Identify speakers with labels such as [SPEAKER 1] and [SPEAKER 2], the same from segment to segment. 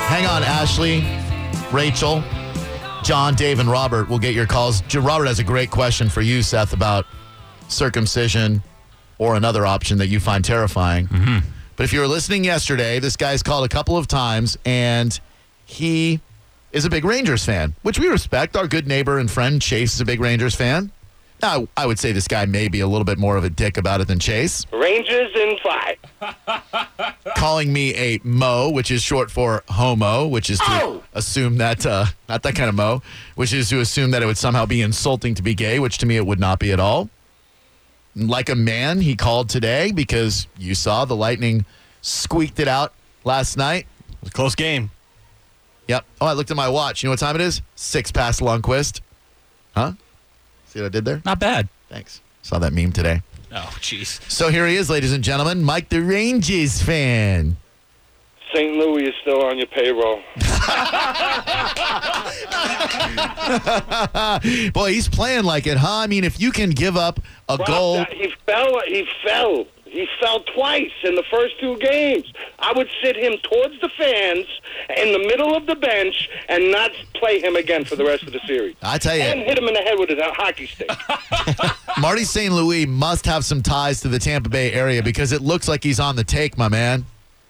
[SPEAKER 1] Hang on, Ashley, Rachel, John, Dave, and Robert will get your calls. J- Robert has a great question for you, Seth, about circumcision or another option that you find terrifying. But if you were listening yesterday, this guy's called a couple of times, and he is a big Rangers fan, which we respect. Our good neighbor and friend Chase is a big Rangers fan. Now, I would say this guy may be a little bit more of a dick about it than Chase
[SPEAKER 2] Rangers in five.
[SPEAKER 1] calling me a mo, which is short for homo, which is to
[SPEAKER 2] Oh!
[SPEAKER 1] assume that uh, not that kind of mo, which is to assume that it would somehow be insulting to be gay, which to me it would not be at all. Like a man, he called today because you saw the lightning squeaked it out last night.
[SPEAKER 3] was a close game.
[SPEAKER 1] Yep. Oh, I looked at my watch. You know what time it is? Six past Lundquist. Huh? See what I did there?
[SPEAKER 3] Not bad.
[SPEAKER 1] Thanks. Saw that meme today.
[SPEAKER 3] Oh, jeez.
[SPEAKER 1] So here he is, ladies and gentlemen, Mike the Rangers fan.
[SPEAKER 2] St. Louis is still on your payroll.
[SPEAKER 1] Boy, he's playing like it, huh? I mean, if you can give up a goal,
[SPEAKER 2] Rob, He fell. He fell. He fell twice in the first two games. I would sit him towards the fans in the middle of the bench and not play him again for the rest of the series.
[SPEAKER 1] I tell
[SPEAKER 2] And
[SPEAKER 1] you,
[SPEAKER 2] hit him in the head with a hockey stick.
[SPEAKER 1] Marty St. Louis must have some ties to the Tampa Bay area because it looks like he's on the take, my man.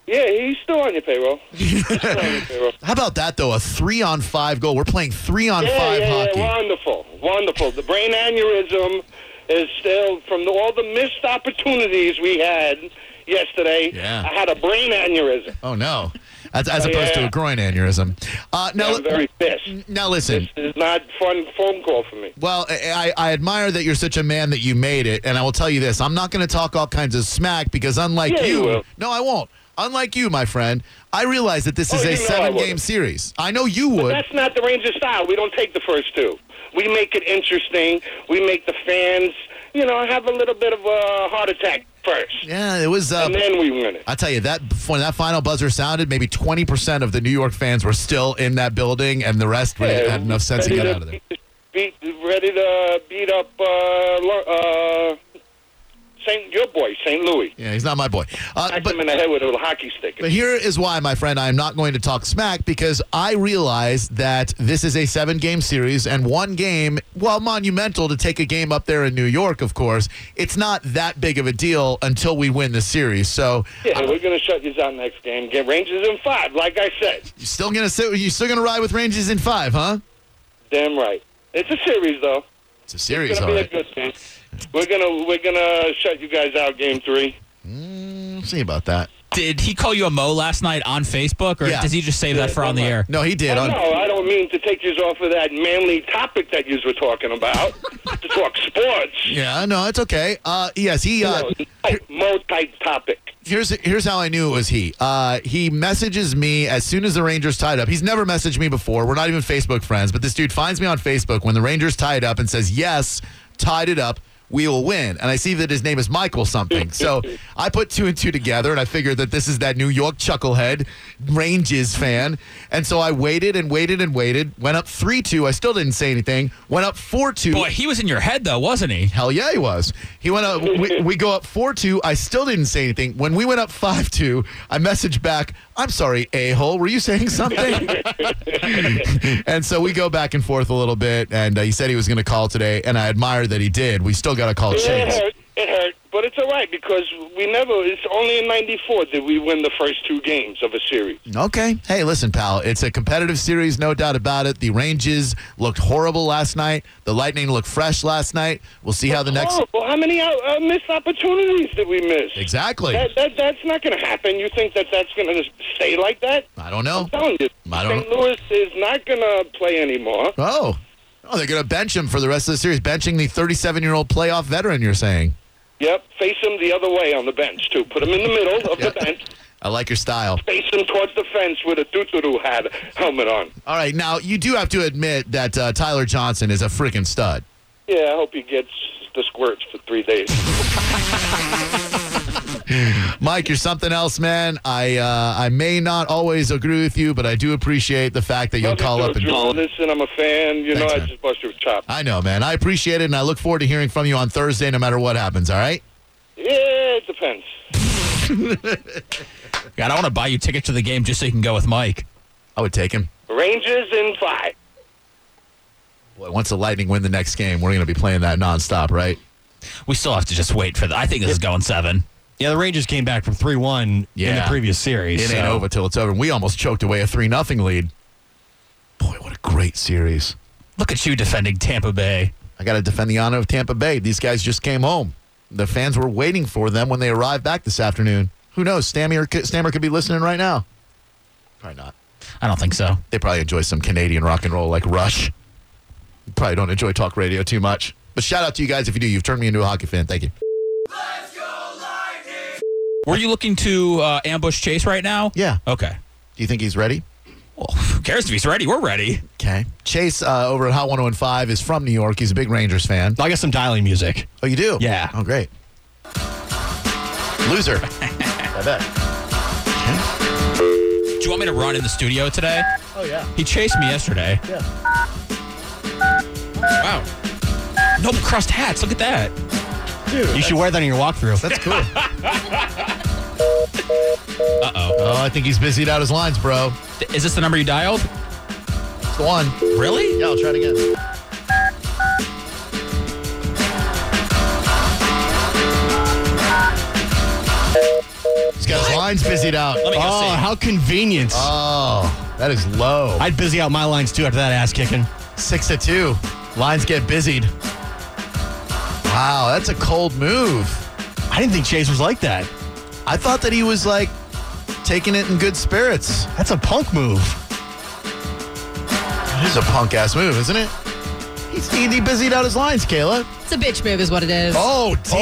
[SPEAKER 2] yeah, he's still on your payroll. He's still on your payroll.
[SPEAKER 1] How about that though? A three on five goal. We're playing three on
[SPEAKER 2] Yeah,
[SPEAKER 1] five
[SPEAKER 2] yeah,
[SPEAKER 1] hockey.
[SPEAKER 2] yeah, wonderful, wonderful. The brain aneurysm is still from the, all the missed opportunities we had yesterday.
[SPEAKER 1] Yeah.
[SPEAKER 2] I had a brain aneurysm.
[SPEAKER 1] Oh no, as, as
[SPEAKER 2] Oh,
[SPEAKER 1] opposed to
[SPEAKER 2] yeah.
[SPEAKER 1] a groin aneurysm. Uh, now,
[SPEAKER 2] I'm very pissed.
[SPEAKER 1] now listen.
[SPEAKER 2] This is not fun phone call for me.
[SPEAKER 1] Well, I, I I admire that you're such a man that you made it, and I will tell you this: I'm not going to talk all kinds of smack because, unlike
[SPEAKER 2] Yeah, you
[SPEAKER 1] you,
[SPEAKER 2] will.
[SPEAKER 1] no, I won't. Unlike you, my friend, I realize that this
[SPEAKER 2] Oh,
[SPEAKER 1] is a
[SPEAKER 2] you know I
[SPEAKER 1] seven-game
[SPEAKER 2] wouldn't.
[SPEAKER 1] series. I know you would.
[SPEAKER 2] That's not the Rangers style. We don't take the first two. We make it interesting. We make the fans, you know, have a little bit of a heart attack first,
[SPEAKER 1] Yeah, it was. Uh,
[SPEAKER 2] and then we win it.
[SPEAKER 1] I tell you that when that final buzzer sounded, maybe 20% of the New York fans were still in that building, and the rest really had enough sense to
[SPEAKER 2] ready
[SPEAKER 1] get out of there.
[SPEAKER 2] Beat, ready to beat up uh, Lo- uh, Saint your boy Saint Louis.
[SPEAKER 1] Yeah, he's not my boy. Uh,
[SPEAKER 2] Smacked
[SPEAKER 1] but
[SPEAKER 2] him in the head with a little hockey stick.
[SPEAKER 1] But here is why, my friend, I am not going to talk smack because I realize that this is a seven game series and one game, while monumental to take a game up there in New York, of course, it's not that big of a deal until we win the series. So
[SPEAKER 2] yeah, we're gonna shut you down next game. Get Rangers in five, like I said.
[SPEAKER 1] you still gonna sit you still gonna ride with Rangers in five, huh?
[SPEAKER 2] Damn right. It's a series though.
[SPEAKER 1] It's a series,
[SPEAKER 2] It's
[SPEAKER 1] all
[SPEAKER 2] gonna be a
[SPEAKER 1] right.
[SPEAKER 2] good thing. We're gonna we're gonna shut you guys out game three.
[SPEAKER 1] We'll see about that.
[SPEAKER 3] Did he call you a mo last night on Facebook, or
[SPEAKER 1] Yeah.
[SPEAKER 3] does he just save that for on the air?
[SPEAKER 1] No, he did.
[SPEAKER 2] Oh,
[SPEAKER 1] On,
[SPEAKER 2] no, I don't mean to take you off of that manly topic that you were talking about to talk sports.
[SPEAKER 1] yeah, no, it's okay. Uh, yes, he. Uh,
[SPEAKER 2] You know, Mo type topic.
[SPEAKER 1] here's here's how I knew it was he. Uh, he messages me as soon as the Rangers tied up. He's never messaged me before. We're not even Facebook friends, but this dude finds me on Facebook when the Rangers tied up and says, "Yes, tied it up." We will win. And I see that his name is Michael something. So I put two and two together and I figured that this is that New York chucklehead Ranges fan. And so I waited and waited and waited. Went up 3 2. I still didn't say anything. Went up 4 2.
[SPEAKER 3] Boy, he was in your head though, wasn't he?
[SPEAKER 1] Hell yeah, he was. He went up. We, we go up four two. I still didn't say anything. When we went up five two, I messaged back. I'm sorry, a hole. Were you saying something? and so we go back and forth a little bit. And uh, he said he was going to call today, and I admire that he did. We still got to call
[SPEAKER 2] Yeah, it
[SPEAKER 1] Chase.
[SPEAKER 2] hurt. It hurt, but it's all right because we never. It's only in '94 that we win the first two games of a series.
[SPEAKER 1] Okay. Hey, listen, pal. It's a competitive series, no doubt about it. The Ranges looked horrible last night. The Lightning looked fresh last night. We'll see how the next.
[SPEAKER 2] Oh, well, how many out, uh, missed opportunities did we miss?
[SPEAKER 1] Exactly.
[SPEAKER 2] That, that that's not going to happen. You think that that's going to stay like that?
[SPEAKER 1] I don't know.
[SPEAKER 2] I'm telling you,
[SPEAKER 1] I don't
[SPEAKER 2] St. Louis is not going to play anymore.
[SPEAKER 1] Oh. Oh, they're going to bench him for the rest of the series, benching the 37 year old playoff veteran, you're saying.
[SPEAKER 2] Yep, face him the other way on the bench too. Put him in the middle of the bench.
[SPEAKER 1] I like your style.
[SPEAKER 2] Face him towards the fence with a doo hat helmet on.
[SPEAKER 1] All right, now you do have to admit that uh, Tyler Johnson is a freaking stud.
[SPEAKER 2] Yeah, I hope he gets the squirts for three days.
[SPEAKER 1] Mike, you're something else, man. I uh, I may not always agree with you, but I do appreciate the fact that you'll call up and
[SPEAKER 2] Just Listen, I'm a fan. You know,
[SPEAKER 1] Thanks,
[SPEAKER 2] I
[SPEAKER 1] man.
[SPEAKER 2] just bust your chop.
[SPEAKER 1] I know, man. I appreciate it, and I look forward to hearing from you on Thursday, no matter what happens. All right.
[SPEAKER 2] Yeah, it depends.
[SPEAKER 3] God, I want to buy you tickets to the game just so you can go with Mike.
[SPEAKER 1] I would take him.
[SPEAKER 2] Rangers in five.
[SPEAKER 1] Boy, once the Lightning win the next game, we're going to be playing that nonstop, right?
[SPEAKER 3] We still have to just wait for that. I think this is going seven.
[SPEAKER 4] Yeah, the Rangers came back from 3 1 in the
[SPEAKER 1] Yeah.
[SPEAKER 4] previous series.
[SPEAKER 1] It ain't
[SPEAKER 4] so-
[SPEAKER 1] over till it's over. We almost choked away a 3 nothing lead. Boy, what a great series.
[SPEAKER 3] Look at you defending Tampa Bay.
[SPEAKER 1] I got to defend the honor of Tampa Bay. These guys just came home. The fans were waiting for them when they arrived back this afternoon. Who knows? Stammer, Stammer could be listening right now. Probably not.
[SPEAKER 3] I don't think so.
[SPEAKER 1] They probably enjoy some Canadian rock and roll like Rush. Probably don't enjoy talk radio too much. But shout out to you guys if you do. You've turned me into a hockey fan. Thank you.
[SPEAKER 3] Were you looking to uh, ambush Chase right now?
[SPEAKER 1] Yeah.
[SPEAKER 3] Okay.
[SPEAKER 1] Do you think he's ready?
[SPEAKER 3] Well, who cares if he's ready? We're ready.
[SPEAKER 1] Okay. Chase uh, over at Hot 101.5 is from New York. He's a big Rangers fan.
[SPEAKER 4] I got some dialing music.
[SPEAKER 1] Oh, you do?
[SPEAKER 4] Yeah.
[SPEAKER 1] Oh, great. Loser. I bet.
[SPEAKER 3] Do you want me to run in the studio today?
[SPEAKER 1] Oh, yeah.
[SPEAKER 3] He chased me yesterday.
[SPEAKER 1] Yeah.
[SPEAKER 3] Wow. No crust hats. Look at that.
[SPEAKER 4] You should wear that in your walkthrough.
[SPEAKER 1] That's cool. uh oh. Oh, I think he's busied out his lines, bro.
[SPEAKER 3] Th- Is this the number you dialed?
[SPEAKER 1] It's the one.
[SPEAKER 3] Really?
[SPEAKER 1] Yeah, I'll try it again. He's got his lines busied out.
[SPEAKER 3] Let me go
[SPEAKER 4] Oh,
[SPEAKER 3] see.
[SPEAKER 4] how convenient.
[SPEAKER 1] Oh, that is low.
[SPEAKER 4] I'd busy out my lines too after that ass kicking.
[SPEAKER 1] Six to two. Lines get busied. Wow, that's a cold move.
[SPEAKER 4] I didn't think Chase was like that.
[SPEAKER 1] I thought that he was like taking it in good spirits.
[SPEAKER 4] That's a punk move.
[SPEAKER 1] This is a punk ass move, isn't it? He's, he, he busied out his lines, Kayla.
[SPEAKER 5] It's a bitch move, is what it is.
[SPEAKER 1] Oh,
[SPEAKER 4] Oh,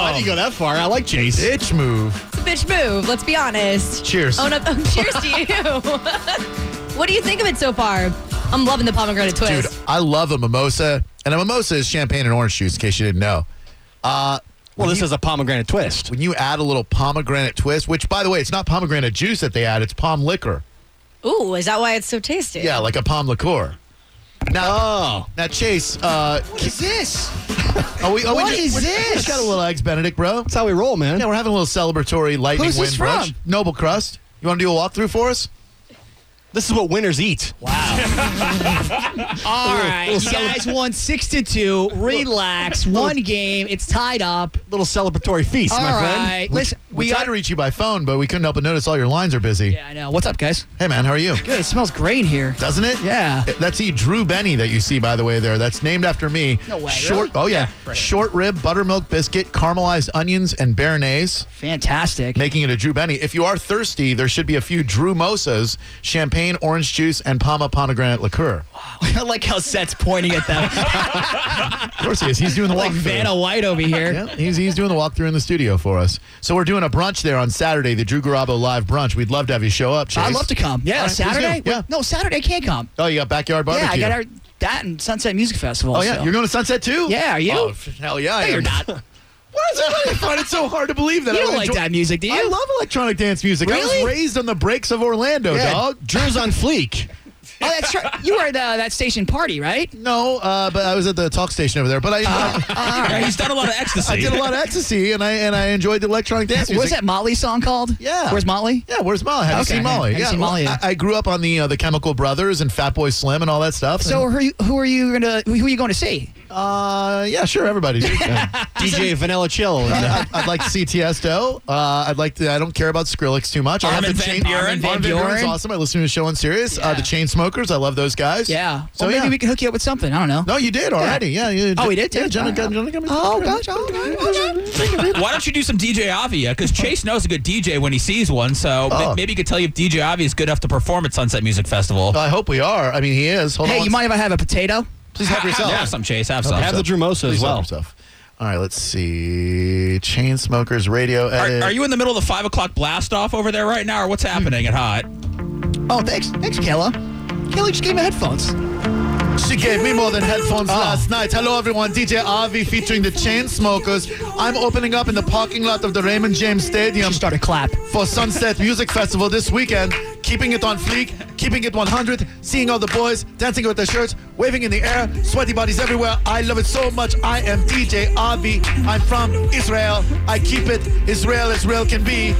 [SPEAKER 4] I didn't go that far. I like Chase.
[SPEAKER 1] Ditch move.
[SPEAKER 5] It's a bitch move. Let's be honest.
[SPEAKER 1] Cheers.
[SPEAKER 5] Oh, no, oh, cheers to you. what do you think of it so far? I'm loving the pomegranate twist.
[SPEAKER 1] Dude, I love a mimosa. And a mimosa is champagne and orange juice, in case you didn't know.
[SPEAKER 4] well, this is a pomegranate twist.
[SPEAKER 1] When you add a little pomegranate twist, which, by the way, it's not pomegranate juice that they add, it's palm liquor.
[SPEAKER 5] Ooh, is that why it's so tasty?
[SPEAKER 1] Yeah, like a palm liqueur. Now,
[SPEAKER 4] Oh,
[SPEAKER 1] now Chase, uh,
[SPEAKER 4] what is this?
[SPEAKER 1] are we, are we
[SPEAKER 4] What
[SPEAKER 1] just,
[SPEAKER 4] is
[SPEAKER 1] we
[SPEAKER 4] this?
[SPEAKER 1] just got a little eggs Benedict, bro.
[SPEAKER 4] That's how we roll, man.
[SPEAKER 1] Yeah, we're having a little celebratory lightning
[SPEAKER 4] Who's
[SPEAKER 1] win
[SPEAKER 4] this
[SPEAKER 1] brunch.
[SPEAKER 4] from?
[SPEAKER 1] Noble crust. You want to do a walkthrough for us?
[SPEAKER 4] This is what winners eat.
[SPEAKER 6] All right, you guys won six to two. Relax, one game. It's tied up.
[SPEAKER 4] Little celebratory feast,
[SPEAKER 6] All
[SPEAKER 4] my friend.
[SPEAKER 6] right, listen.
[SPEAKER 1] We,
[SPEAKER 6] We
[SPEAKER 1] tried
[SPEAKER 6] got.
[SPEAKER 1] to reach you by phone, but we couldn't help but notice all your lines are busy.
[SPEAKER 6] Yeah, I know. What's up, guys?
[SPEAKER 1] Hey, man, how are you?
[SPEAKER 6] Good. It smells great here.
[SPEAKER 1] Doesn't it?
[SPEAKER 6] Yeah.
[SPEAKER 1] That's the Drew Benny that you see, by the way, there. That's named after me.
[SPEAKER 6] No way,
[SPEAKER 1] Short.
[SPEAKER 6] really?
[SPEAKER 1] Oh, yeah.
[SPEAKER 6] Yeah, right.
[SPEAKER 1] Short rib, buttermilk biscuit, caramelized onions, and béarnaise,
[SPEAKER 6] Fantastic.
[SPEAKER 1] making it a Drew Benny. If you are thirsty, there should be a few Drew Mosas, champagne, orange juice, and Palma Pomegranate liqueur.
[SPEAKER 6] I like how Seth's pointing at them.
[SPEAKER 1] Of course he is. He's doing the
[SPEAKER 6] like
[SPEAKER 1] walkthrough.
[SPEAKER 6] Vanna White over here.
[SPEAKER 1] Yeah, he's, he's doing the walkthrough in the studio for us. So we're doing a brunch there on Saturday, the Drew Garabo live brunch. We'd love to have you show up, Chase.
[SPEAKER 6] I'd love to come. Yeah,
[SPEAKER 1] All right, please
[SPEAKER 6] Saturday.
[SPEAKER 1] do. Yeah.
[SPEAKER 6] Wait, No, Saturday I can't come.
[SPEAKER 1] Oh, you got backyard barbecue.
[SPEAKER 6] Yeah, I got our, that and Sunset Music Festival.
[SPEAKER 1] Oh yeah,
[SPEAKER 6] so.
[SPEAKER 1] you're going to Sunset too?
[SPEAKER 6] Yeah, are you?
[SPEAKER 1] Oh, f- hell yeah, I
[SPEAKER 6] No,
[SPEAKER 1] am.
[SPEAKER 6] you're not.
[SPEAKER 1] What is that? I find it so hard to believe that
[SPEAKER 6] You
[SPEAKER 1] I
[SPEAKER 6] don't
[SPEAKER 1] would
[SPEAKER 6] like
[SPEAKER 1] enjoy-
[SPEAKER 6] that music, do you?
[SPEAKER 1] I love electronic dance music. I
[SPEAKER 6] Really?
[SPEAKER 1] was raised on the breaks of Orlando,
[SPEAKER 4] Yeah,
[SPEAKER 1] dog.
[SPEAKER 4] Drew's on fleek.
[SPEAKER 6] Oh, that's right. You were at uh, that station party, right?
[SPEAKER 1] No, uh, but I was at the talk station over there.
[SPEAKER 6] Uh.
[SPEAKER 1] But I,
[SPEAKER 3] Yeah, he's done a lot of ecstasy.
[SPEAKER 1] I did a lot of ecstasy, and I and I enjoyed the electronic dance music.
[SPEAKER 6] What's that Molly song called?
[SPEAKER 1] Yeah.
[SPEAKER 6] Where's Molly?
[SPEAKER 1] Yeah, where's Molly? Have you
[SPEAKER 6] Okay,
[SPEAKER 1] seen Molly?
[SPEAKER 6] haven't
[SPEAKER 1] yeah,
[SPEAKER 6] seen
[SPEAKER 1] well,
[SPEAKER 6] Molly
[SPEAKER 1] I,
[SPEAKER 6] yet.
[SPEAKER 1] I grew up on the uh, the Chemical Brothers and Fat Boy Slim and all that stuff.
[SPEAKER 6] So
[SPEAKER 1] and,
[SPEAKER 6] who are you, who are you gonna who are you going to see?
[SPEAKER 1] uh, yeah, sure, everybody.
[SPEAKER 4] DJ Vanilla Chill. and, uh,
[SPEAKER 1] I, would like to see Tiesto. Uh, I'd like to. I don't care about Skrillex too much. I'll
[SPEAKER 3] Armin
[SPEAKER 1] have to
[SPEAKER 3] van
[SPEAKER 1] change-
[SPEAKER 3] Buren.
[SPEAKER 1] Armin Van
[SPEAKER 6] Van
[SPEAKER 1] Buren's
[SPEAKER 6] Buren.
[SPEAKER 1] awesome. I listen to his show on Sirius. Uh,
[SPEAKER 6] Yeah.
[SPEAKER 1] the Chainsmokers. I love those guys.
[SPEAKER 6] Yeah.
[SPEAKER 1] So
[SPEAKER 6] So maybe
[SPEAKER 1] yeah.
[SPEAKER 6] we can hook you up with something. I don't know.
[SPEAKER 1] No, you did already. Yeah. you-
[SPEAKER 6] Oh, we did too?
[SPEAKER 1] Yeah, Jenna,
[SPEAKER 6] Oh,
[SPEAKER 1] got-
[SPEAKER 6] yeah.
[SPEAKER 1] Jenna got me-
[SPEAKER 6] Oh, gosh. Oh,
[SPEAKER 3] Why don't you do some DJ Avia? Because Chase knows a good DJ when he sees one. So ma-
[SPEAKER 1] Oh.
[SPEAKER 3] maybe he could tell you if DJ Avia is good enough to perform at Sunset Music Festival.
[SPEAKER 1] I hope we are. I mean, he is. Hold on.
[SPEAKER 6] Hey, you
[SPEAKER 1] one
[SPEAKER 6] mind if I have a potato?
[SPEAKER 1] Please help
[SPEAKER 3] Ha-
[SPEAKER 1] yourself.
[SPEAKER 3] Have some, Chase. Have some.
[SPEAKER 4] have the Drumosa as
[SPEAKER 1] Please help
[SPEAKER 4] well.
[SPEAKER 1] yourself. All right, let's see. Chainsmokers radio edit.
[SPEAKER 3] Are, are you in the middle of the five o'clock blast off over there right now, or what's happening at Hot?
[SPEAKER 6] Oh, thanks, thanks, Kayla. Kayla just gave me headphones.
[SPEAKER 1] She gave me more than headphones last night. Hello, everyone. DJ Avi featuring the Chainsmokers. I'm opening up in the parking lot of the Raymond James Stadium
[SPEAKER 6] She started clap.
[SPEAKER 1] for Sunset Music Festival this weekend. Keeping it on fleek, keeping it 100, seeing all the boys dancing with their shirts, waving in the air, sweaty bodies everywhere. I love it so much. I am DJ Avi. I'm from Israel. I keep it Israel as real can be.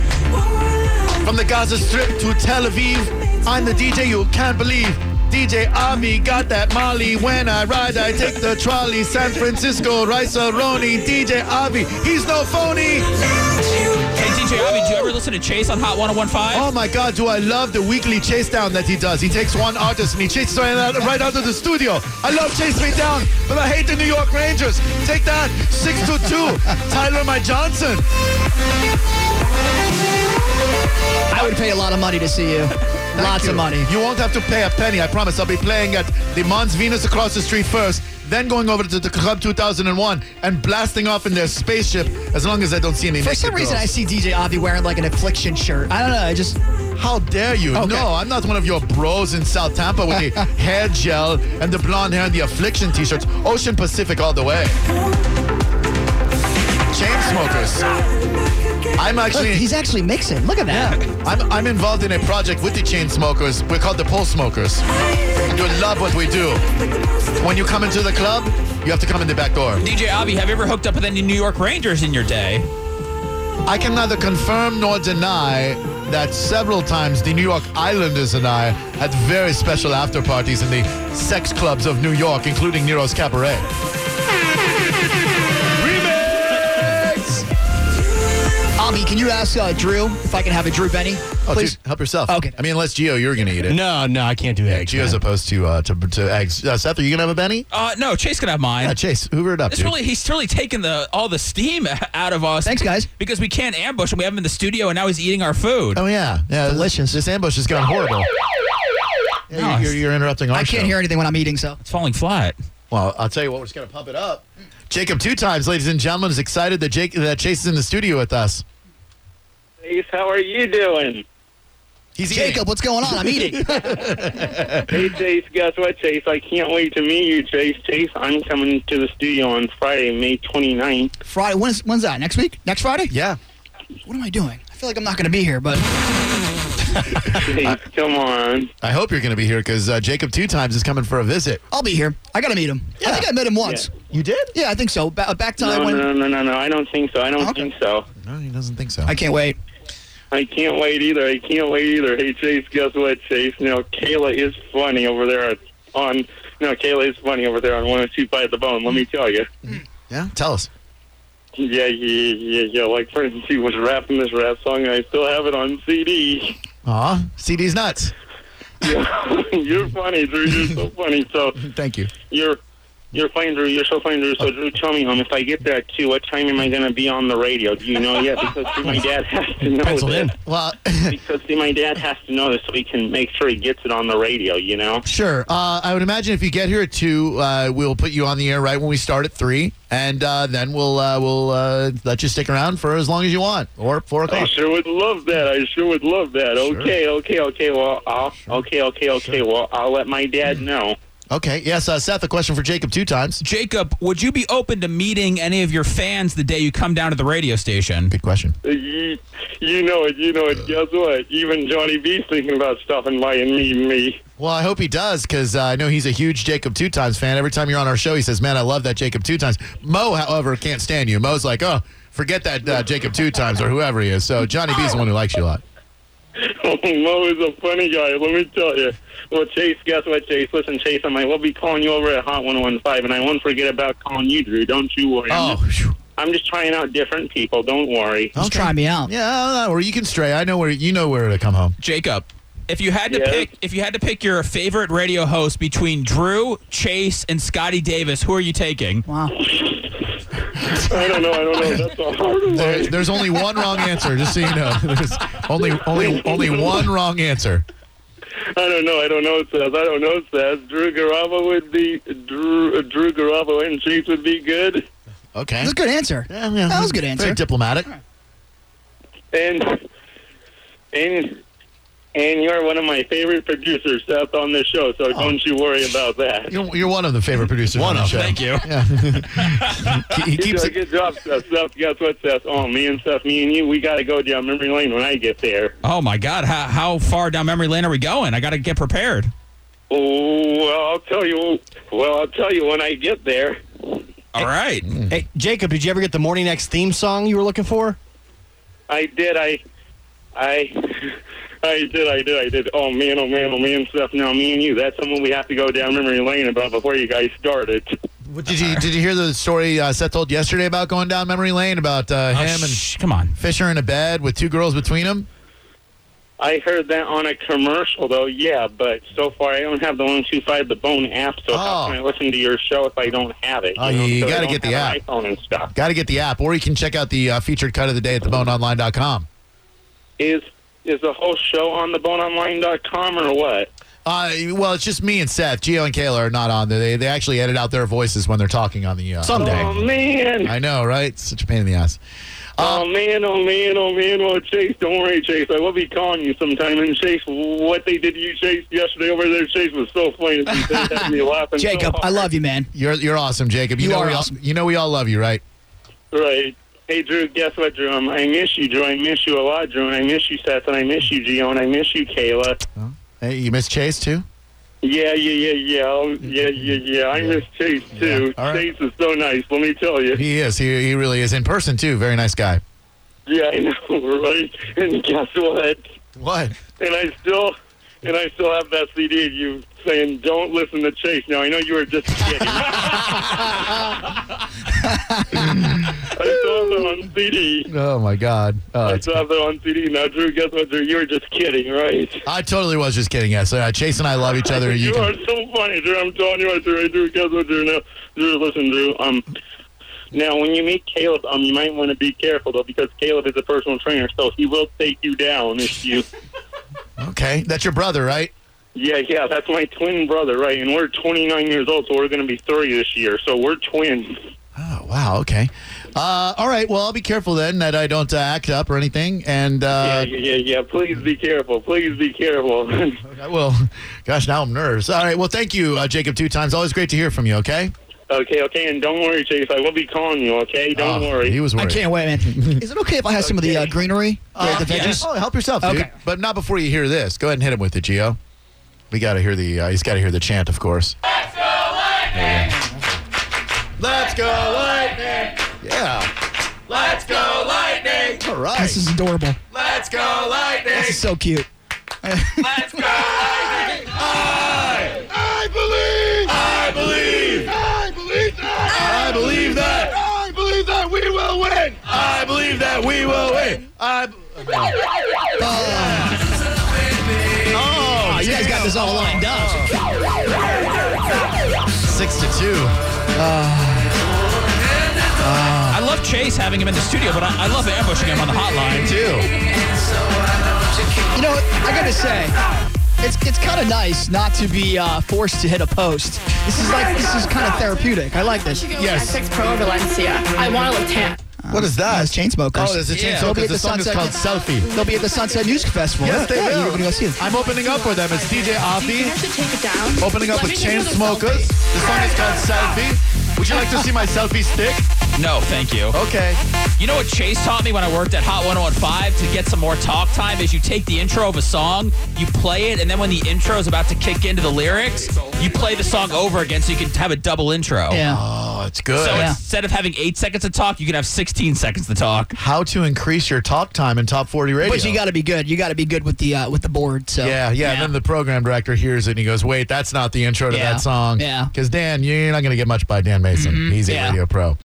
[SPEAKER 1] From the Gaza Strip to Tel Aviv, I'm the DJ you can't believe. DJ Ami got that Molly. When I ride, I take the trolley. San Francisco, Rice Aroni. DJ Avi, he's no phony.
[SPEAKER 3] Hey, DJ Abby, do you ever listen to Chase on Hot 1015?
[SPEAKER 1] Oh my God, do I love the weekly chase down that he does. He takes one artist and he chases right out, right out of the studio. I love Chase Me Down, but I hate the New York Rangers. Take that, 6 to 2. Tyler My Johnson.
[SPEAKER 6] I would pay a lot of money to see you. Lots
[SPEAKER 1] you.
[SPEAKER 6] of money.
[SPEAKER 1] You won't have to pay a penny, I promise. I'll be playing at the Mons Venus across the street first, then going over to the Club 2001 and blasting off in their spaceship as long as I don't see any
[SPEAKER 6] For
[SPEAKER 1] naked
[SPEAKER 6] some reason,
[SPEAKER 1] girls.
[SPEAKER 6] I see DJ Avi wearing like an affliction shirt. I don't know. I just
[SPEAKER 1] How dare you?
[SPEAKER 6] Okay.
[SPEAKER 1] No, I'm not one of your bros in South Tampa with the hair gel and the blonde hair and the affliction t shirts. Ocean Pacific all the way. Chain smokers. I'm
[SPEAKER 6] look,
[SPEAKER 1] actually.
[SPEAKER 6] he's actually mixing. Look at that.
[SPEAKER 1] I'm, I'm involved in a project with the chain smokers. We're called the Pole Smokers. And you love what we do. When you come into the club, you have to come in the back door.
[SPEAKER 3] DJ Avi, have you ever hooked up with any New York Rangers in your day?
[SPEAKER 1] I can neither confirm nor deny that several times the New York Islanders and I had very special after parties in the sex clubs of New York, including Nero's Cabaret. Oh,
[SPEAKER 6] Avi, can you ask uh, Drew if I can have a Drew Benny,
[SPEAKER 1] Oh,
[SPEAKER 6] please?
[SPEAKER 1] dude, help yourself.
[SPEAKER 6] Okay.
[SPEAKER 1] I mean, unless Gio, you're gonna eat it.
[SPEAKER 4] No, no, I can't do
[SPEAKER 1] Yeah,
[SPEAKER 4] that.
[SPEAKER 1] Gio's opposed to uh, to to eggs. Uh, Seth, are you gonna have a Benny?
[SPEAKER 3] Uh, no, Chase can have mine.
[SPEAKER 6] Oh.
[SPEAKER 1] Yeah, Chase, Hoover it up,
[SPEAKER 3] It's
[SPEAKER 1] dude.
[SPEAKER 3] really he's really taken the all the steam out of us.
[SPEAKER 6] Thanks, guys.
[SPEAKER 3] Because we can't ambush him. We have him in the studio, and now he's eating our food.
[SPEAKER 1] oh yeah, yeah.
[SPEAKER 6] Delicious.
[SPEAKER 1] This ambush has gone horrible. Yeah,
[SPEAKER 3] No,
[SPEAKER 1] you're- you're, you're interrupting. Our
[SPEAKER 6] I can't
[SPEAKER 1] show.
[SPEAKER 6] hear anything when I'm eating, so.
[SPEAKER 3] It's falling flat.
[SPEAKER 1] Well, I'll tell you what, we're just going to pump it up. Jacob, two times, ladies and gentlemen, is excited that Jake that Chase is in the studio with us.
[SPEAKER 2] Ace, how are you doing?
[SPEAKER 1] He's
[SPEAKER 6] Jacob, what's going on? I'm eating.
[SPEAKER 2] Hey, Chase, guess what, Chase? I can't wait to meet you, Chase. Chase, I'm coming to the studio on Friday, May 29th.
[SPEAKER 6] Friday. When's, when's that? Next week? Next Friday?
[SPEAKER 1] Yeah.
[SPEAKER 6] What am I doing? I feel like I'm not going to be here, but
[SPEAKER 2] Chase, come on.
[SPEAKER 1] I hope you're going to be here because uh, Jacob, two times, is coming for a visit.
[SPEAKER 6] I'll be here. I got to meet him. I think I met him once.
[SPEAKER 1] You did?
[SPEAKER 6] Yeah, I think so. Ba- uh, back time
[SPEAKER 2] No,
[SPEAKER 6] when.
[SPEAKER 2] no, no, no, no. I don't think so. I don't
[SPEAKER 6] Okay.
[SPEAKER 2] think so.
[SPEAKER 1] No, he doesn't think so.
[SPEAKER 6] I can't wait.
[SPEAKER 2] I can't wait either. I can't wait either. Hey, Chase, guess what, Chase? Now, Kayla is funny over there on. No, Kayla is funny over there on 102 by the bone. Let me tell you.
[SPEAKER 1] yeah? Tell us.
[SPEAKER 2] Yeah, yeah, yeah, yeah. Like, for instance, he was rapping this rap song, and I still have it on CD.
[SPEAKER 1] Aw, CD's nuts.
[SPEAKER 2] Yeah. you're funny, Drew. You're so funny. So
[SPEAKER 1] Thank you.
[SPEAKER 2] you're you're fine, Drew. You're so fine, Drew. So Drew, tell me, um, if I get there at two, what time am I gonna be on the radio? Do you know yet? Because see, my dad has to know
[SPEAKER 4] Penciled in.
[SPEAKER 2] this.
[SPEAKER 1] Well,
[SPEAKER 2] Because see, my dad has to know this so he can make sure he gets it on the radio. You know.
[SPEAKER 1] sure. Uh, I would imagine if you get here at 2, uh, we'll put you on the air right when we start at 3, and uh, then we'll uh, we'll uh, let you stick around for as long as you want, or 4
[SPEAKER 2] I
[SPEAKER 1] o'clock.
[SPEAKER 2] sure would love that. I sure would love that. Okay, okay, okay. Well, I'll, okay, okay, okay. Well, I'll let my dad know.
[SPEAKER 1] Okay. Yes, uh, Seth, a question for Jacob, two times.
[SPEAKER 3] Jacob, would you be open to meeting any of your fans the day you come down to the radio station?
[SPEAKER 1] Good question.
[SPEAKER 2] You, you know it. You know it. Guess what? Even Johnny B's thinking about stuff and inviting me. Me.
[SPEAKER 1] Well, I hope he does because uh, I know he's a huge Jacob Two Times fan. Every time you're on our show, he says, "Man, I love that Jacob Two Times." Mo, however, can't stand you. Mo's like, "Oh, forget that uh, Jacob Two Times or whoever he is." So Johnny B's the one who likes you a lot.
[SPEAKER 2] Oh, Mo is a funny guy. Let me tell you. Well, Chase, guess what, Chase? Listen, Chase, I might well be calling you over at Hot 115, and I won't forget about calling you, Drew. Don't you worry. I'm,
[SPEAKER 1] Oh,
[SPEAKER 2] just,
[SPEAKER 1] phew.
[SPEAKER 2] I'm just trying out different people. Don't worry.
[SPEAKER 6] Just try me out.
[SPEAKER 1] yeah, or you can stray. I know where you know where to come home.
[SPEAKER 3] Jacob, if you had to
[SPEAKER 2] Yes?
[SPEAKER 3] pick if you had to pick your favorite radio host between Drew, Chase, and Scotty Davis, who are you taking?
[SPEAKER 1] Oh,
[SPEAKER 6] Wow.
[SPEAKER 2] I don't know. I don't know. That's a hard one.
[SPEAKER 1] There, there's only one wrong answer, just so you know. There's only only only one wrong answer.
[SPEAKER 2] I don't know. I don't know, Seth. I don't know, Seth. Drew Garabo would be Drew. Drew Garabo and Chase would be good.
[SPEAKER 1] Okay,
[SPEAKER 6] That's a good answer.
[SPEAKER 1] Yeah, yeah.
[SPEAKER 6] That was a good answer.
[SPEAKER 1] Very diplomatic.
[SPEAKER 2] And and and you're one of my favorite producers, Seth, on this show. So don't you worry about that.
[SPEAKER 1] You're, you're one of the favorite producers. One on the show.
[SPEAKER 3] Oh, Thank you.
[SPEAKER 1] Yeah. he, he
[SPEAKER 2] You
[SPEAKER 1] keeps
[SPEAKER 2] do a good job, Seth. Seth, guess what, Seth? Oh, me and Seth, me and you, we got to go down memory lane when I get there.
[SPEAKER 3] Oh my God, how, how far down memory lane are we going? I got to get prepared.
[SPEAKER 2] Oh, well, I'll tell you. Well, I'll tell you when I get there.
[SPEAKER 3] All right.
[SPEAKER 1] Mm.
[SPEAKER 4] Hey, Jacob, did you ever get the Morning X theme song you were looking for?
[SPEAKER 2] I did. I, I, I did, I did, I did. Oh man, oh man, oh man, stuff. Now me and you, that's someone we have to go down memory lane about before you guys started.
[SPEAKER 1] What- Did you did you hear the story uh, Seth told yesterday about going down memory lane about uh,
[SPEAKER 3] Oh,
[SPEAKER 1] him and
[SPEAKER 3] shh, come on.
[SPEAKER 1] Fisher in a bed with two girls between them?
[SPEAKER 2] I heard that on a commercial though, yeah, but so far I don't have the one two five the bone app, so
[SPEAKER 1] Oh.
[SPEAKER 2] how can I listen to your show if I don't have it?
[SPEAKER 1] Oh, you- you
[SPEAKER 2] because I
[SPEAKER 1] gotta
[SPEAKER 2] don't
[SPEAKER 1] get the
[SPEAKER 2] have an
[SPEAKER 1] app.
[SPEAKER 2] iPhone and stuff.
[SPEAKER 1] Got to get the app, or you can check out the uh, featured cut of the day at theboneonline.com.
[SPEAKER 2] Is is the whole show on the boneonline.com or what?
[SPEAKER 1] Uh, well, it's just me and Seth. Geo and Kayla are not on there. They, they actually edit out their voices when they're talking on the. Uh,
[SPEAKER 4] Someday.
[SPEAKER 2] Oh man.
[SPEAKER 1] I know, right? Such a pain in the ass.
[SPEAKER 2] Oh man, oh man, oh man, oh Chase, don't worry, Chase. I will be calling you sometime. And Chase, what they did to you, Chase, yesterday over there, Chase was so funny. He just had me laughing. so
[SPEAKER 6] Jacob, I
[SPEAKER 2] hard.
[SPEAKER 6] love you, man.
[SPEAKER 1] You're you're awesome, Jacob. You,
[SPEAKER 6] You
[SPEAKER 1] know
[SPEAKER 6] are
[SPEAKER 1] we all,
[SPEAKER 6] awesome.
[SPEAKER 1] You know we all love you, right?
[SPEAKER 2] Right. Hey Drew, guess what, Drew? Um, I miss you, Drew. I miss you a lot, Drew. And I miss you, Seth. And I miss you, Gio. And I miss you, Kayla.
[SPEAKER 1] Hey, you miss Chase too.
[SPEAKER 2] Yeah, yeah, yeah, yeah, Oh, yeah, yeah, yeah. I miss Chase too.
[SPEAKER 1] Yeah. All right.
[SPEAKER 2] Chase is so nice. Let me tell you.
[SPEAKER 1] He is. He he really is in person too. Very nice guy.
[SPEAKER 2] Yeah, I know, right? And guess what?
[SPEAKER 1] What?
[SPEAKER 2] and I still and I still have that CD of you saying don't listen to Chase. Now I know you were just kidding. I still have that on CD.
[SPEAKER 1] Oh my God. Oh,
[SPEAKER 2] I
[SPEAKER 1] it's-
[SPEAKER 2] still have that on CD. Now Drew, guess what, Drew? You were just kidding, right?
[SPEAKER 1] I totally was just kidding. Yes, uh, Chase and I love each other. You
[SPEAKER 2] You
[SPEAKER 1] can,
[SPEAKER 2] are so funny, Drew. I'm telling you, right, Drew. Hey, Drew, guess what, Drew? Now, Drew, listen, Drew. Um, now when you meet Caleb, um, you might want to be careful though, because Caleb is a personal trainer, so he will take you down if you.
[SPEAKER 1] okay, that's your brother, right?
[SPEAKER 2] Yeah, yeah, that's my twin brother, right? And we're 29 years old, so we're going to be 30 this year. So we're twins.
[SPEAKER 1] Oh wow. Okay. Uh, all right. Well, I'll be careful then that I don't uh, act up or anything. And
[SPEAKER 2] Yeah,
[SPEAKER 1] uh,
[SPEAKER 2] yeah, yeah, yeah. Please be careful. Please be careful.
[SPEAKER 1] well, gosh, now I'm nervous. All right. Well, thank you, uh, Jacob. Two times. Always great to hear from you. Okay.
[SPEAKER 2] okay, okay, and don't worry, Chase. I will be calling you. Okay, don't
[SPEAKER 1] Oh,
[SPEAKER 2] worry.
[SPEAKER 1] He was
[SPEAKER 6] I
[SPEAKER 1] worried.
[SPEAKER 6] can't wait, man. Is it okay if I have some of the uh,
[SPEAKER 2] Okay.
[SPEAKER 6] greenery? Uh, the veggies?
[SPEAKER 1] Oh, help yourself, dude.
[SPEAKER 6] Okay.
[SPEAKER 1] But not before you hear this. Go ahead and hit him with it, Gio. We got to hear the. Uh, he's got to hear the chant, of course. Let's go lightning. Let's go lightning. Yeah. Let's go lightning. All right.
[SPEAKER 6] This is adorable. Let's go, lightning! This is so cute.
[SPEAKER 1] I believe that. I believe that we will win. I believe that we will win. I. Oh,
[SPEAKER 6] You guys got this all lined up.
[SPEAKER 1] six to two.
[SPEAKER 3] I love Chase having him in the studio, but I, I love ambushing him on the hotline.
[SPEAKER 1] Two.
[SPEAKER 6] You know, what? I gotta say, it's it's kind of nice not to be uh, forced to hit a post. This is like this is kind of therapeutic. I like this.
[SPEAKER 1] Yes.
[SPEAKER 7] X6 Pro or Valencia. I want to look tan.
[SPEAKER 1] What is that?
[SPEAKER 6] That's chain smokers.
[SPEAKER 1] Oh, there's a chain
[SPEAKER 3] Yeah.
[SPEAKER 1] song.
[SPEAKER 6] They'll be at
[SPEAKER 1] The
[SPEAKER 6] the
[SPEAKER 1] song is called
[SPEAKER 6] Sunset-
[SPEAKER 1] Selfie.
[SPEAKER 6] They'll be at the Sunset Music Festival.
[SPEAKER 1] Yes, they
[SPEAKER 6] yeah,
[SPEAKER 1] will.
[SPEAKER 6] You're gonna go see them.
[SPEAKER 1] I'm opening up for them. It's DJ
[SPEAKER 7] You
[SPEAKER 1] Avi
[SPEAKER 7] can actually take it down.
[SPEAKER 1] opening up
[SPEAKER 7] Let
[SPEAKER 1] with
[SPEAKER 7] me take another
[SPEAKER 1] Chainsmokers.
[SPEAKER 7] selfie.
[SPEAKER 1] The song is called Selfie. Would you like to see my selfie stick?
[SPEAKER 3] No, thank you.
[SPEAKER 1] Okay.
[SPEAKER 3] You know what Chase taught me when I worked at Hot 1015 to get some more talk time is you take the intro of a song, you play it, and then when the intro is about to kick into the lyrics, you play the song over again so you can have a double intro.
[SPEAKER 6] Yeah.
[SPEAKER 1] Oh, it's good.
[SPEAKER 3] So
[SPEAKER 6] Yeah.
[SPEAKER 3] instead of having eight seconds to talk, you can have 16 seconds to talk.
[SPEAKER 1] How to increase your talk time in top 40 radio.
[SPEAKER 6] But you got to be good. You got to be good with the uh, with the board. So
[SPEAKER 1] yeah, yeah, And
[SPEAKER 3] Yeah.
[SPEAKER 1] then the program director hears it and he goes, wait, that's not the intro to
[SPEAKER 6] Yeah.
[SPEAKER 1] that song.
[SPEAKER 6] Yeah. Mm-hmm.
[SPEAKER 1] Because Dan, you're not going to get much by Dan Mason. He's a
[SPEAKER 6] Yeah.
[SPEAKER 1] radio pro.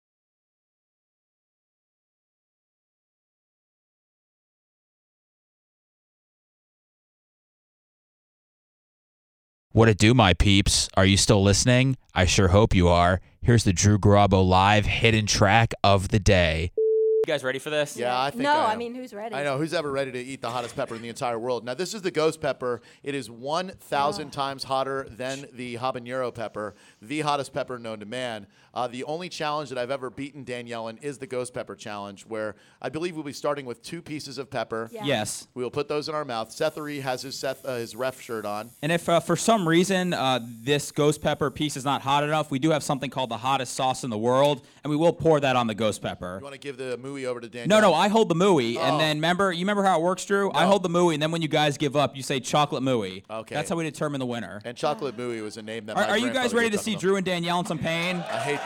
[SPEAKER 3] What it do, my peeps? Are you still listening? I sure hope you are. Here's the Drew Garabo live hidden track of the day. You guys ready for this?
[SPEAKER 1] Yeah, I think
[SPEAKER 7] No, I mean, who's ready?
[SPEAKER 1] I know who's ever ready to eat the hottest pepper in the entire world. Now this is the ghost pepper. It is 1,000
[SPEAKER 7] Oh.
[SPEAKER 1] times hotter than the habanero pepper, the hottest pepper known to man. Uh, the only challenge that I've ever beaten Danielle in is the ghost pepper challenge, where I believe we'll be starting with two pieces of pepper.
[SPEAKER 7] Yeah.
[SPEAKER 3] Yes.
[SPEAKER 1] We will put those in our mouth. Sethery has his Seth, uh, his ref shirt on.
[SPEAKER 8] And if uh, for some reason uh, this ghost pepper piece is not hot enough, we do have something called the hottest sauce in the world, and we will pour that on the ghost pepper.
[SPEAKER 1] You want to give the mooey over to Danielle?
[SPEAKER 8] No, no, I hold the mooey,
[SPEAKER 1] Oh.
[SPEAKER 8] and then remember, you remember how it works, Drew? I hold the mooey, and then when you guys give up, you say chocolate mooey.
[SPEAKER 1] Okay.
[SPEAKER 8] That's how we determine the winner.
[SPEAKER 1] And chocolate mooey was a name that.
[SPEAKER 8] Are,
[SPEAKER 1] my
[SPEAKER 8] are you guys
[SPEAKER 1] grandfather
[SPEAKER 8] ready to
[SPEAKER 1] kept
[SPEAKER 8] see
[SPEAKER 1] talking
[SPEAKER 8] Drew and Danielle in some pain?
[SPEAKER 1] about. I hate this.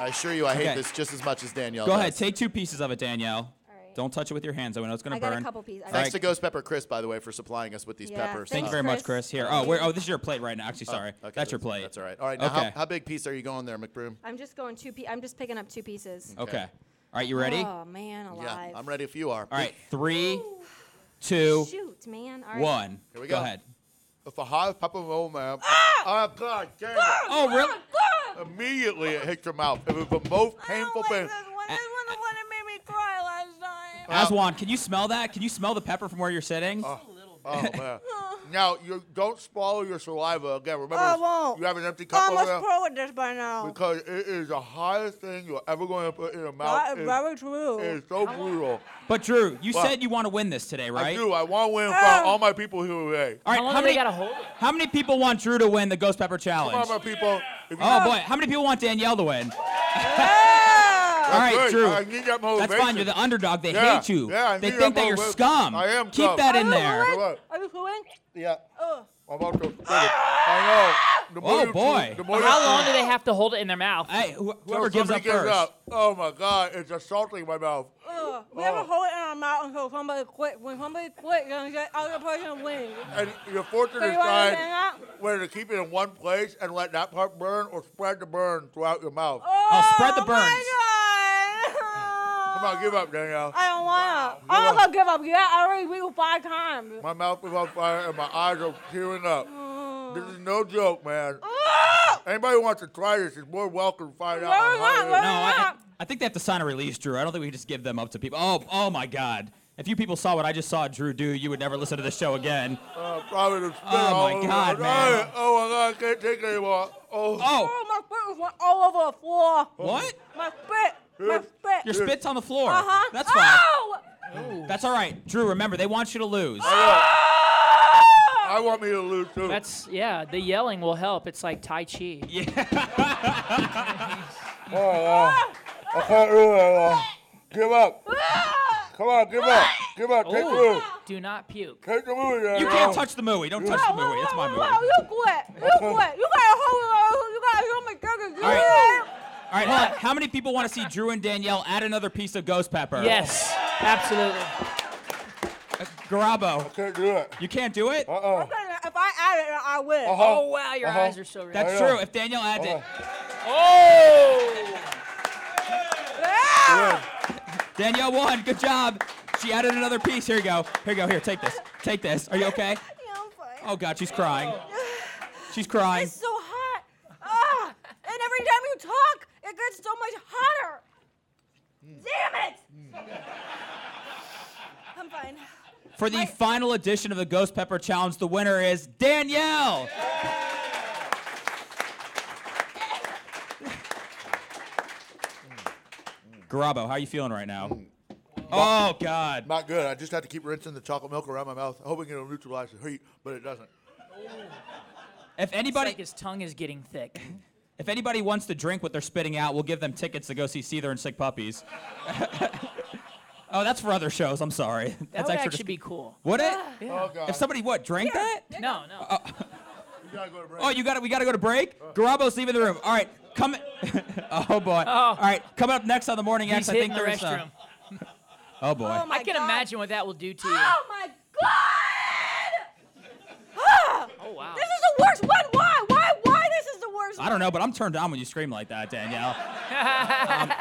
[SPEAKER 1] I assure you, I hate
[SPEAKER 8] Okay.
[SPEAKER 1] this just as much as Danielle.
[SPEAKER 8] Go
[SPEAKER 1] does.
[SPEAKER 8] ahead, take two pieces of it, Danielle.
[SPEAKER 7] All right.
[SPEAKER 3] Don't touch it with your hands. though. I know it's going
[SPEAKER 7] I
[SPEAKER 3] to
[SPEAKER 7] got
[SPEAKER 3] burn.
[SPEAKER 7] a couple pieces. I
[SPEAKER 3] All
[SPEAKER 7] got-
[SPEAKER 1] Thanks
[SPEAKER 3] right,
[SPEAKER 1] to Ghost Pepper Chris, by the way, for supplying us with these
[SPEAKER 7] Yeah,
[SPEAKER 1] peppers.
[SPEAKER 3] Thank
[SPEAKER 7] thanks.
[SPEAKER 3] you very much,
[SPEAKER 7] Chris.
[SPEAKER 3] Chris. Here. Oh, where, oh, this is your plate right now. Actually, sorry.
[SPEAKER 1] Okay,
[SPEAKER 3] that's your plate.
[SPEAKER 1] That's all right. All right. Now,
[SPEAKER 3] okay.
[SPEAKER 1] how, how big piece are you going there, McBroom?
[SPEAKER 7] I'm just going two. Pe- I'm just picking up two pieces.
[SPEAKER 1] Okay.
[SPEAKER 3] okay. All right, you ready? All
[SPEAKER 7] Oh man, alive.
[SPEAKER 1] Yeah, I'm ready if you are.
[SPEAKER 3] right, three, two,
[SPEAKER 7] Shoot, man. All right.
[SPEAKER 3] one.
[SPEAKER 1] Here we
[SPEAKER 3] go.
[SPEAKER 1] go.
[SPEAKER 3] ahead.
[SPEAKER 1] If a hot pepper roll, man.
[SPEAKER 7] Ah!
[SPEAKER 1] Oh, God damn it.
[SPEAKER 3] Oh, really?
[SPEAKER 1] Immediately it hits your mouth. It was the most painful thing.
[SPEAKER 3] Aswan, can you smell that? Can you smell the pepper from where you're sitting?
[SPEAKER 1] Oh, man. Now, you don't swallow your saliva again. Remember, you have an empty cup over there.
[SPEAKER 9] with this by now.
[SPEAKER 1] Because it is the hottest thing you're ever going to put in your mouth.
[SPEAKER 9] That
[SPEAKER 1] It-
[SPEAKER 9] is very true.
[SPEAKER 1] It's so brutal.
[SPEAKER 3] But Drew, you
[SPEAKER 1] Well,
[SPEAKER 3] said you want to win this today, right?
[SPEAKER 1] I do. I want to win for all my people here today.
[SPEAKER 3] All right, how, many? How many people want Drew to win the Ghost Pepper
[SPEAKER 1] Come on,
[SPEAKER 3] Challenge?
[SPEAKER 1] my people. If you-
[SPEAKER 3] Oh boy, how many people want Danielle to win? All right,
[SPEAKER 1] Good.
[SPEAKER 3] Drew.
[SPEAKER 1] I need that motivation.
[SPEAKER 3] That's fine. You're the underdog. They
[SPEAKER 1] Yeah,
[SPEAKER 3] hate you.
[SPEAKER 1] yeah, I
[SPEAKER 3] they
[SPEAKER 1] need
[SPEAKER 3] think
[SPEAKER 1] that
[SPEAKER 3] that you're
[SPEAKER 1] motivation.
[SPEAKER 3] scum.
[SPEAKER 1] I am
[SPEAKER 3] Keep
[SPEAKER 1] scum.
[SPEAKER 3] that in there.
[SPEAKER 1] Come on.
[SPEAKER 9] Are you fooling?
[SPEAKER 1] Yeah. I'm about to. I know. The more
[SPEAKER 3] Oh,
[SPEAKER 1] you chew-
[SPEAKER 3] boy.
[SPEAKER 1] the more you
[SPEAKER 10] How
[SPEAKER 1] chew-
[SPEAKER 10] long do they have to hold it in their mouth?
[SPEAKER 3] Hey, wh-
[SPEAKER 1] till
[SPEAKER 3] whoever gives
[SPEAKER 1] somebody
[SPEAKER 3] up first.
[SPEAKER 1] Oh my God! It's assaulting my mouth.
[SPEAKER 9] Ugh. We have to hold it in our mouth until somebody quit. When somebody quit, you're gonna get other person wins.
[SPEAKER 1] And your fortune
[SPEAKER 9] So
[SPEAKER 1] is
[SPEAKER 9] you
[SPEAKER 1] trying
[SPEAKER 9] want to
[SPEAKER 1] whether to keep it in one place and let that part burn, or spread the burn throughout your mouth.
[SPEAKER 3] Oh, spread the
[SPEAKER 9] Oh my
[SPEAKER 3] burns.
[SPEAKER 9] god!
[SPEAKER 1] Come on, give up, Danielle.
[SPEAKER 9] I don't wanna.
[SPEAKER 1] Wow.
[SPEAKER 9] I'm not gonna give up yet. I already beat you five times.
[SPEAKER 1] My mouth is on fire and my eyes are tearing up. This is no joke, man.
[SPEAKER 7] Oh.
[SPEAKER 1] Anybody who wants to try this is more welcome to find out.
[SPEAKER 9] Where
[SPEAKER 1] on
[SPEAKER 9] is
[SPEAKER 1] how
[SPEAKER 9] that?
[SPEAKER 1] it
[SPEAKER 9] Where
[SPEAKER 1] is.
[SPEAKER 3] No, I, I think they have to sign a release, Drew. I don't think we can just give them up to people. Oh, oh my God. If you people saw what I just saw Drew do, you would never listen to this show again.
[SPEAKER 1] Uh, probably the spit
[SPEAKER 3] Oh,
[SPEAKER 1] all
[SPEAKER 3] my
[SPEAKER 1] over
[SPEAKER 3] God,
[SPEAKER 1] my-
[SPEAKER 3] man.
[SPEAKER 1] Oh my God, I can't take it anymore. Oh,
[SPEAKER 3] Oh,
[SPEAKER 9] Oh, my spit went all over the floor.
[SPEAKER 3] what?
[SPEAKER 9] My spit. My
[SPEAKER 1] Yes.
[SPEAKER 9] spit.
[SPEAKER 3] Your spit's on the floor.
[SPEAKER 9] Uh huh.
[SPEAKER 3] That's fine.
[SPEAKER 9] Ow!
[SPEAKER 3] That's all right. Drew, remember, they want you to lose.
[SPEAKER 1] I want me to lose too.
[SPEAKER 10] That's yeah. The yelling will help. It's like Tai Chi.
[SPEAKER 1] Oh, wow. I can't do it anymore. Give up. Come on, give up. Give up. Take the
[SPEAKER 3] Oh.
[SPEAKER 10] Ooh,
[SPEAKER 1] move.
[SPEAKER 10] do not puke.
[SPEAKER 1] Take the move.
[SPEAKER 3] You can't touch the mooey. Don't touch the
[SPEAKER 9] Whoa, whoa,
[SPEAKER 3] mooey. That's my
[SPEAKER 9] whoa,
[SPEAKER 3] mooey.
[SPEAKER 9] whoa, You quit. You quit. You gotta hold it. You gotta show me girl. You
[SPEAKER 3] All right. All right, hold on. How many people want to see Drew and Danielle add another piece of ghost pepper?
[SPEAKER 10] Yes, absolutely.
[SPEAKER 3] Garabo,
[SPEAKER 1] Can't do it.
[SPEAKER 3] you can't do it?
[SPEAKER 1] Uh-uh.
[SPEAKER 9] If I add it, I win.
[SPEAKER 1] Uh-huh.
[SPEAKER 10] Oh wow, your
[SPEAKER 1] Uh-huh.
[SPEAKER 10] eyes are so red.
[SPEAKER 3] That's
[SPEAKER 1] I know.
[SPEAKER 3] true. If Danielle adds it,
[SPEAKER 9] Yeah.
[SPEAKER 3] Danielle won. Good job. She added another piece. Here you go. Here you go. Here, take this. Take this. Are you okay?
[SPEAKER 9] Yeah, I'm fine.
[SPEAKER 3] Oh God, she's crying. She's crying.
[SPEAKER 9] It's so hot. Ah, and every time you talk, it gets so much hotter. Damn it. I'm fine.
[SPEAKER 3] For the final edition of the Ghost Pepper Challenge, the winner is Danielle. Garabo, how you feeling right now? Oh God.
[SPEAKER 1] Not good. I just have to keep rinsing the chocolate milk around my mouth, hoping it'll neutralize the heat, but it doesn't.
[SPEAKER 3] If
[SPEAKER 10] It's like
[SPEAKER 3] anybody
[SPEAKER 10] his tongue is getting thick.
[SPEAKER 3] if anybody wants to drink what they're spitting out, we'll give them tickets to go see Seether and Sick Puppies. oh, that's for other shows. I'm sorry.
[SPEAKER 10] That
[SPEAKER 3] That's
[SPEAKER 10] would
[SPEAKER 3] extra
[SPEAKER 10] actually be cool.
[SPEAKER 3] Would it?
[SPEAKER 1] Oh God.
[SPEAKER 3] If somebody what drank that?
[SPEAKER 10] No, no.
[SPEAKER 3] Uh,
[SPEAKER 1] you gotta go to break.
[SPEAKER 3] Oh, you got to We got to go to break. Garabo's leaving the room. All right, come. oh boy. All right, coming up next on the morning X.
[SPEAKER 10] He's
[SPEAKER 3] I
[SPEAKER 10] hitting
[SPEAKER 3] think
[SPEAKER 10] the
[SPEAKER 3] there is.
[SPEAKER 10] restroom.
[SPEAKER 3] oh boy.
[SPEAKER 9] Oh my
[SPEAKER 10] I can
[SPEAKER 9] God.
[SPEAKER 10] imagine what that will do to you.
[SPEAKER 3] Ah!
[SPEAKER 9] Oh my God. Ah,
[SPEAKER 10] Oh wow.
[SPEAKER 9] this is the worst one. Why? Why? Why? This is the worst.
[SPEAKER 3] I don't know, but I'm turned on when you scream like that, Danielle. I'm